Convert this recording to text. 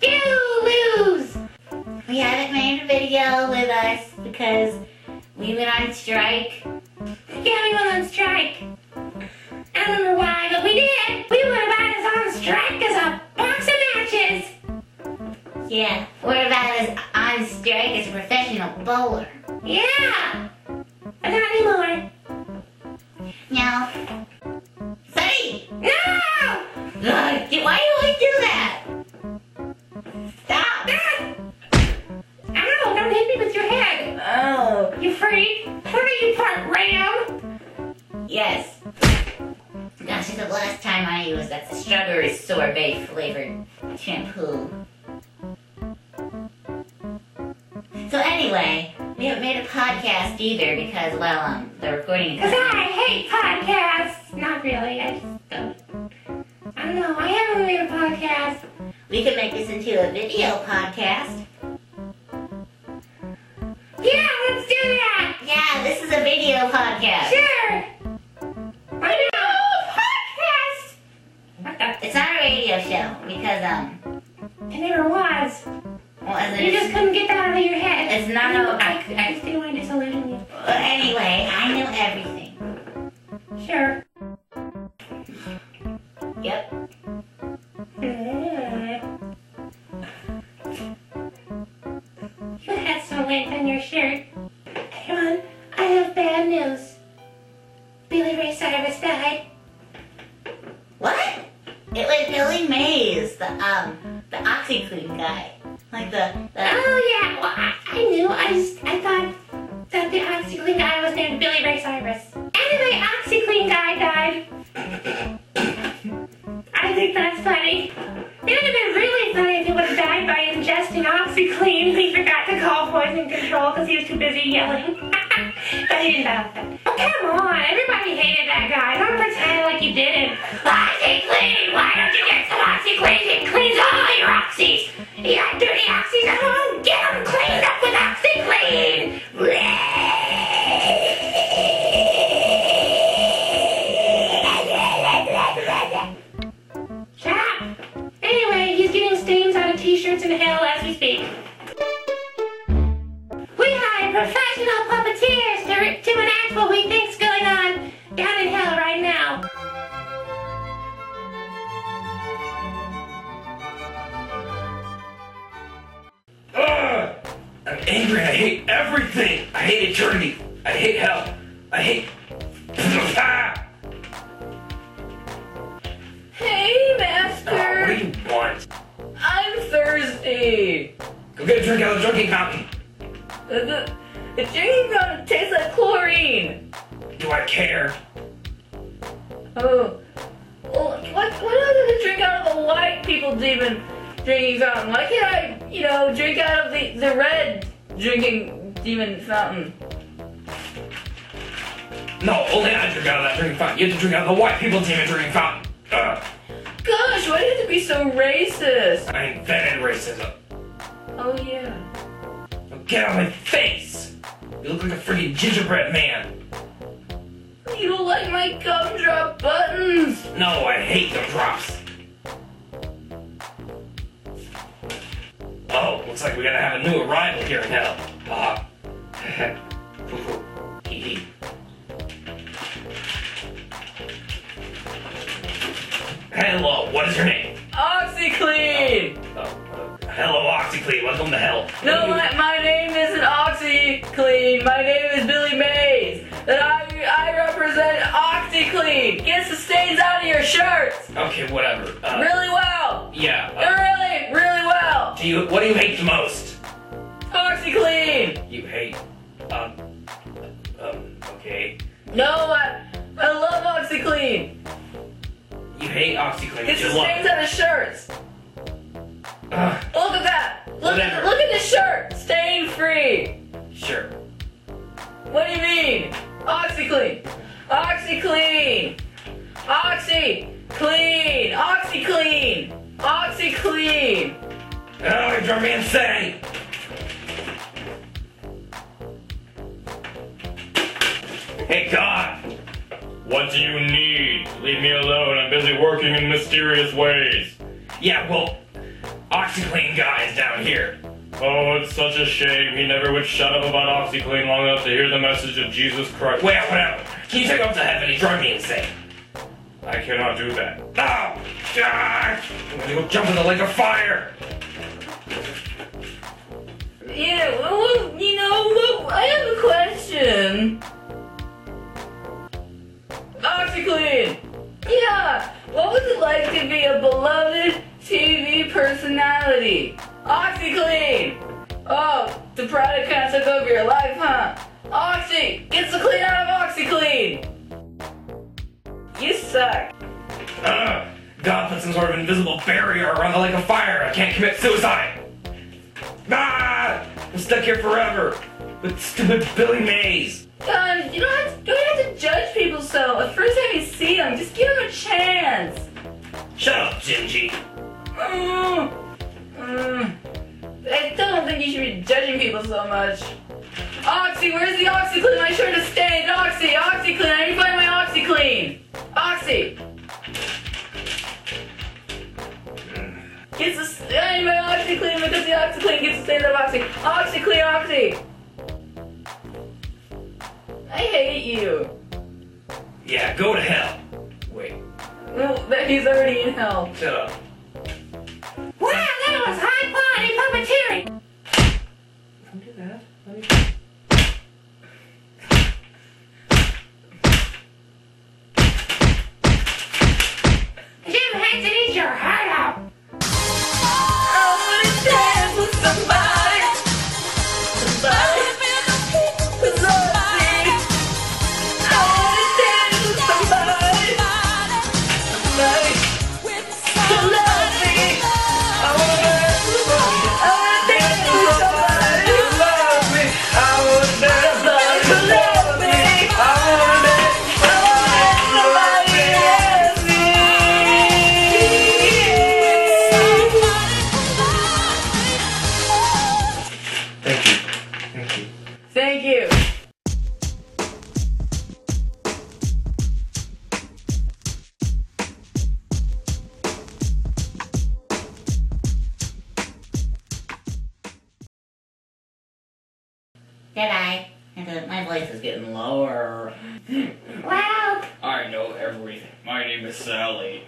Pew-wews! We haven't made a video with us because we've been on strike. Yeah, we went on strike. I don't know why, but we did. We were about as on strike as a box of matches. Yeah, we're about as on strike as a professional bowler. Yeah, but not anymore. No. Sonny! No! Ugh, why do I do that? Stop! Ow! Don't hit me with your head! Oh. You freak! What are you, part ram? Yes. Gosh, the last time I used that strawberry sorbet flavored shampoo. So anyway, we haven't made a podcast either because, well, um, the recording Because I hate podcasts. Not really. I just don't. I don't know. I haven't made a podcast. We could make this into a video podcast. Yeah, let's do that. Yeah, this is a video podcast. Sure. I know a podcast. What the? It's not a radio show because um, It never was. well, as You just couldn't get that out of your head. it's not a. I, I I, just didn't want to disillusion you. I, anyway, I know everything. Sure. Yep. Mm. You had some lint on your shirt. Everyone, I have bad news. Billy Ray Cyrus died. What? It was Billy Mays, the um, the OxyClean guy, like the. the Oh yeah, well I, I knew. I just I thought that the OxyClean guy was named Billy Ray Cyrus. Anyway, OxyClean guy died. I think that's funny. It would have been really funny if he would have died by ingesting OxyClean. He forgot to call poison control because he was too busy yelling. but he didn't die like that. Oh, come on, everybody hated that guy. Don't pretend like you didn't. OxyClean, why don't you get some OxyClean? It cleans all your oxys. You got dirty oxys at home. Get them cleaned up with OxyClean. Shut up. Anyway, he's getting stains out of t-shirts and hell as we speak. We hired professional puppeteers to, re- to enact what we think's going on down in hell right now. Ugh! Uh, I'm angry. I hate everything. I hate eternity. I hate hell. I hate. Ah! Hey, Oh, what do Master! you want? I'm thirsty! Go get a drink out of the drinking fountain. The, the, the drinking fountain tastes like chlorine! Do I care? Oh. Well, what, what am I gonna drink out of the white people demon drinking fountain? Why can't I, you know, drink out of the, the red drinking demon fountain? No, only I drink out of that drinking fountain. You have to drink out of the white people team drinking fountain. Uh, Ugh! Gosh, why do you have to be so racist? I invented racism. Oh, yeah. Now get out of my face! You look like a freaking gingerbread man. You don't like my gumdrop buttons! No, I hate the drops. Oh, looks like we gotta have a new arrival here in hell. Ah. Poo-poo. Hee-hee. Hello, what is your name? OxyClean! Oh, uh, hello, OxyClean. Welcome to hell. No, my, my name isn't OxyClean. My name is Billy Mays. That I I represent OxyClean. Gets the stains out of your shirts Okay, whatever. Uh, really well. Yeah. Really, really well. Uh, do you? What do you hate the most? OxyClean. You hate. Um. Um. Okay. No, I, I love OxyClean. You hate OxyClean. Gets you the love. stains out of shirts. Ugh, Look at that. Look at Whatever. look at the shirt. Stain free. sure. What do you mean? OxyClean! OxyClean! Oxy! Clean! OxyClean! OxyClean! Oh, you drove me insane. Hey, God! What do you need? Leave me alone. I'm busy working in mysterious ways. Yeah, well, OxyClean guy is down here. Oh, it's such a shame. He never would shut up about OxyClean long enough to hear the message of Jesus Christ. Wait, whatever. Can you take off the head that he drove me insane? I cannot do that. No! God! I'm gonna go jump in the lake of fire! Yeah, well, well, you know, well, I have a question. OxyClean! Yeah, what was it like to be a beloved TV personality? OxyClean! Oh, the product kind of took over your life, huh? Oxy! Get the clean out of OxyClean! You suck. Ugh! God put some sort of invisible barrier around the lake of fire. I can't commit suicide! Ah! I'm stuck here forever! With stupid Billy Mays! God, Uh, you don't, have to, you don't have to judge people so. The first time you see them, just give them a chance. Shut up, Gingy! Mm. Mm. I still don't think you should be judging people so much. Oxy, where's the OxyClean? My shirt is stained. Oxy, OxyClean. I need to find my OxyClean. Oxy. Gets the s- I need my OxyClean because the OxyClean gets the stains out of Oxy. OxyClean, Oxy. I hate you. Yeah, go to hell! Wait, No, that he's already in hell. shut up. Wow, that was high quality puppeteering. Don't do that. Let me... Jim Henson eat your heart out. Thank you. Thank you. Thank you. Did I? My voice is getting lower. Wow, I know everything. My name is Sally.